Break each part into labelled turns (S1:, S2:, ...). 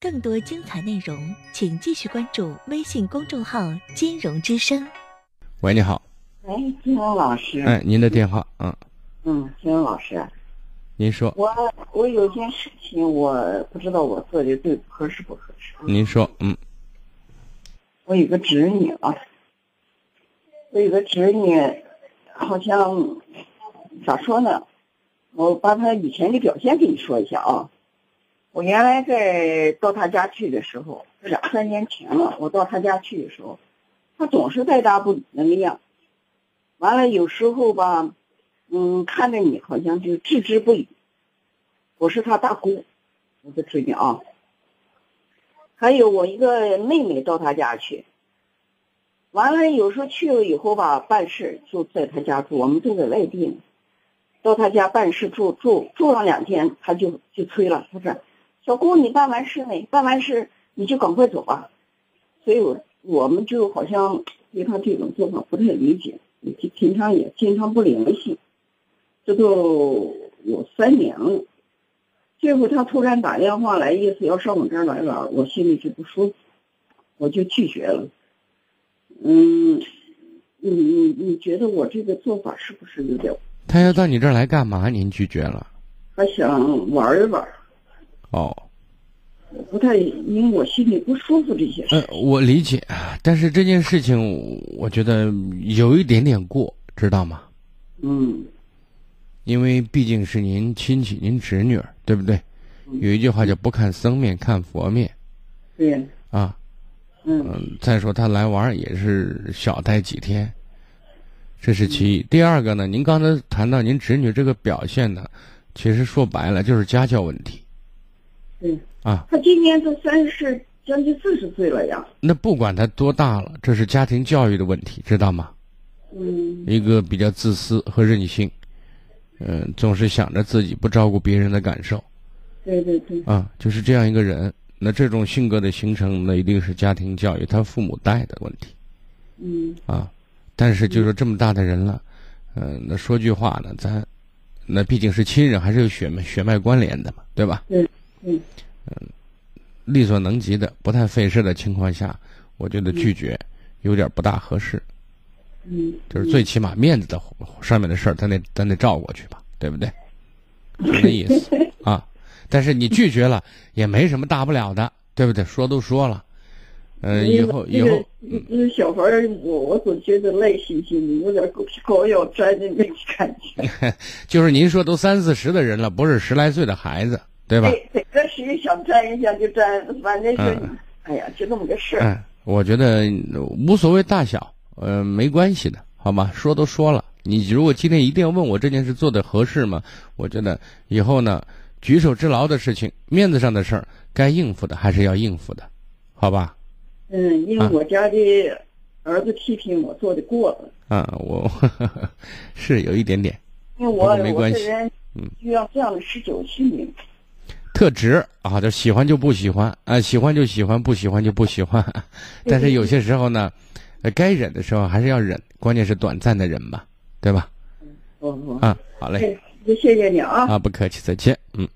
S1: 更多精彩内容，请继续关注微信公众号“金融之声
S2: 喂，你好，
S3: 喂，哎金荣老师，
S2: 哎，您的电话，嗯，
S3: 嗯，金荣老师，
S2: 您说，
S3: 我我有件事情，我不知道我做的对合适不合适。
S2: 您说，嗯，
S3: 我有个侄女啊，我有个侄女，好像咋说呢？我把她以前的表现给你说一下啊。我原来在到她家去的时候，这两三年前了，我到她家去的时候，她总是带搭不理那个样。完了，有时候吧，嗯，看着你好像就置之不理。我是她大姑，我的侄女啊。还有我一个妹妹到他家去，完了有时候去了以后吧，办事就在他家住，我们住在外地呢，到他家办事住住住上两天，他就就催了，他说：“小姑，你办完事没？办完事你就赶快走吧。”所以我我们就好像对他这种做法不太理解，也就平常也经常不联系，这都有三年了。这会儿他突然打电话来，意思要上我这儿来玩儿，我心里就不舒服，我就拒绝了。嗯，你你你觉得我这个做法是不是有点？
S2: 他要到你这儿来干嘛？您拒绝了，
S3: 他想玩一玩儿，
S2: 哦，
S3: 我不太因为我心里不舒服这些事。
S2: 呃，我理解，但是这件事情我觉得有一点点过，知道吗？
S3: 嗯
S2: 因为毕竟是您亲戚，您侄女儿，对不对？有一句话叫不看僧面看佛面
S3: 对，
S2: 啊，
S3: 嗯
S2: 嗯，再说他来玩儿也是小待几天，这是其一。第二个呢，您刚才谈到您侄女这个表现呢，其实说白了就是家教问题
S3: 对，
S2: 啊。
S3: 他今年都三十将近四十岁了呀。
S2: 那不管他多大了，这是家庭教育的问题，知道吗？
S3: 嗯
S2: 一个比较自私和任性，嗯、总是想着自己不照顾别人的感受
S3: 对对对，
S2: 啊，就是这样一个人。那这种性格的形成呢，一定是家庭教育他父母带的问题
S3: 嗯
S2: 啊。但是就说这么大的人了，嗯、那说句话呢，咱那毕竟是亲人，还是有血脉血脉关联的嘛，对吧？嗯
S3: 对对
S2: 力所能及的，不太费事的情况下，我觉得拒绝有点不大合适。
S3: 嗯，
S2: 就是最起码面子的上面的事儿，咱得咱得照过去吧，对不对？就那意思啊。但是你拒绝了也没什么大不了的，对不对？说都说了，嗯、以后以后，
S3: 嗯，这个小孩儿，我我总觉得赖兮兮的，有点狗皮膏药粘的那种感觉。
S2: 就是您说都三四十的人了，不是十来岁的孩子，对吧？
S3: 对，哪个谁想粘一下就粘，反正就是，
S2: 嗯
S3: 哎呀，就那么个事儿。
S2: 嗯，我觉得无所谓大小，呃，没关系的，好吗？说都说了，你如果今天一定要问我这件事做的合适吗？我觉得以后呢，举手之劳的事情，面子上的事儿，该应付的还是要应付的，好吧？
S3: 嗯，因为我家的儿子批评我做的过了，
S2: 啊，我 是有一点点
S3: 因为
S2: 不
S3: 我
S2: 哦过没
S3: 我
S2: 关
S3: 这
S2: 系嗯
S3: 人就要这样的十九去。
S2: 特直啊，就喜欢就不喜欢啊，喜欢就喜欢，不喜欢就不喜欢。但是有些时候呢，呃该忍的时候还是要忍，关键是短暂的忍吧，对吧？
S3: 不不，
S2: 啊，好嘞，
S3: 哎，谢谢你啊。
S2: 啊，不客气，再见，嗯。”。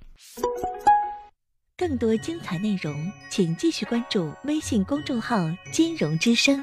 S1: 更多精彩内容，请继续关注微信公众号“金融之声”。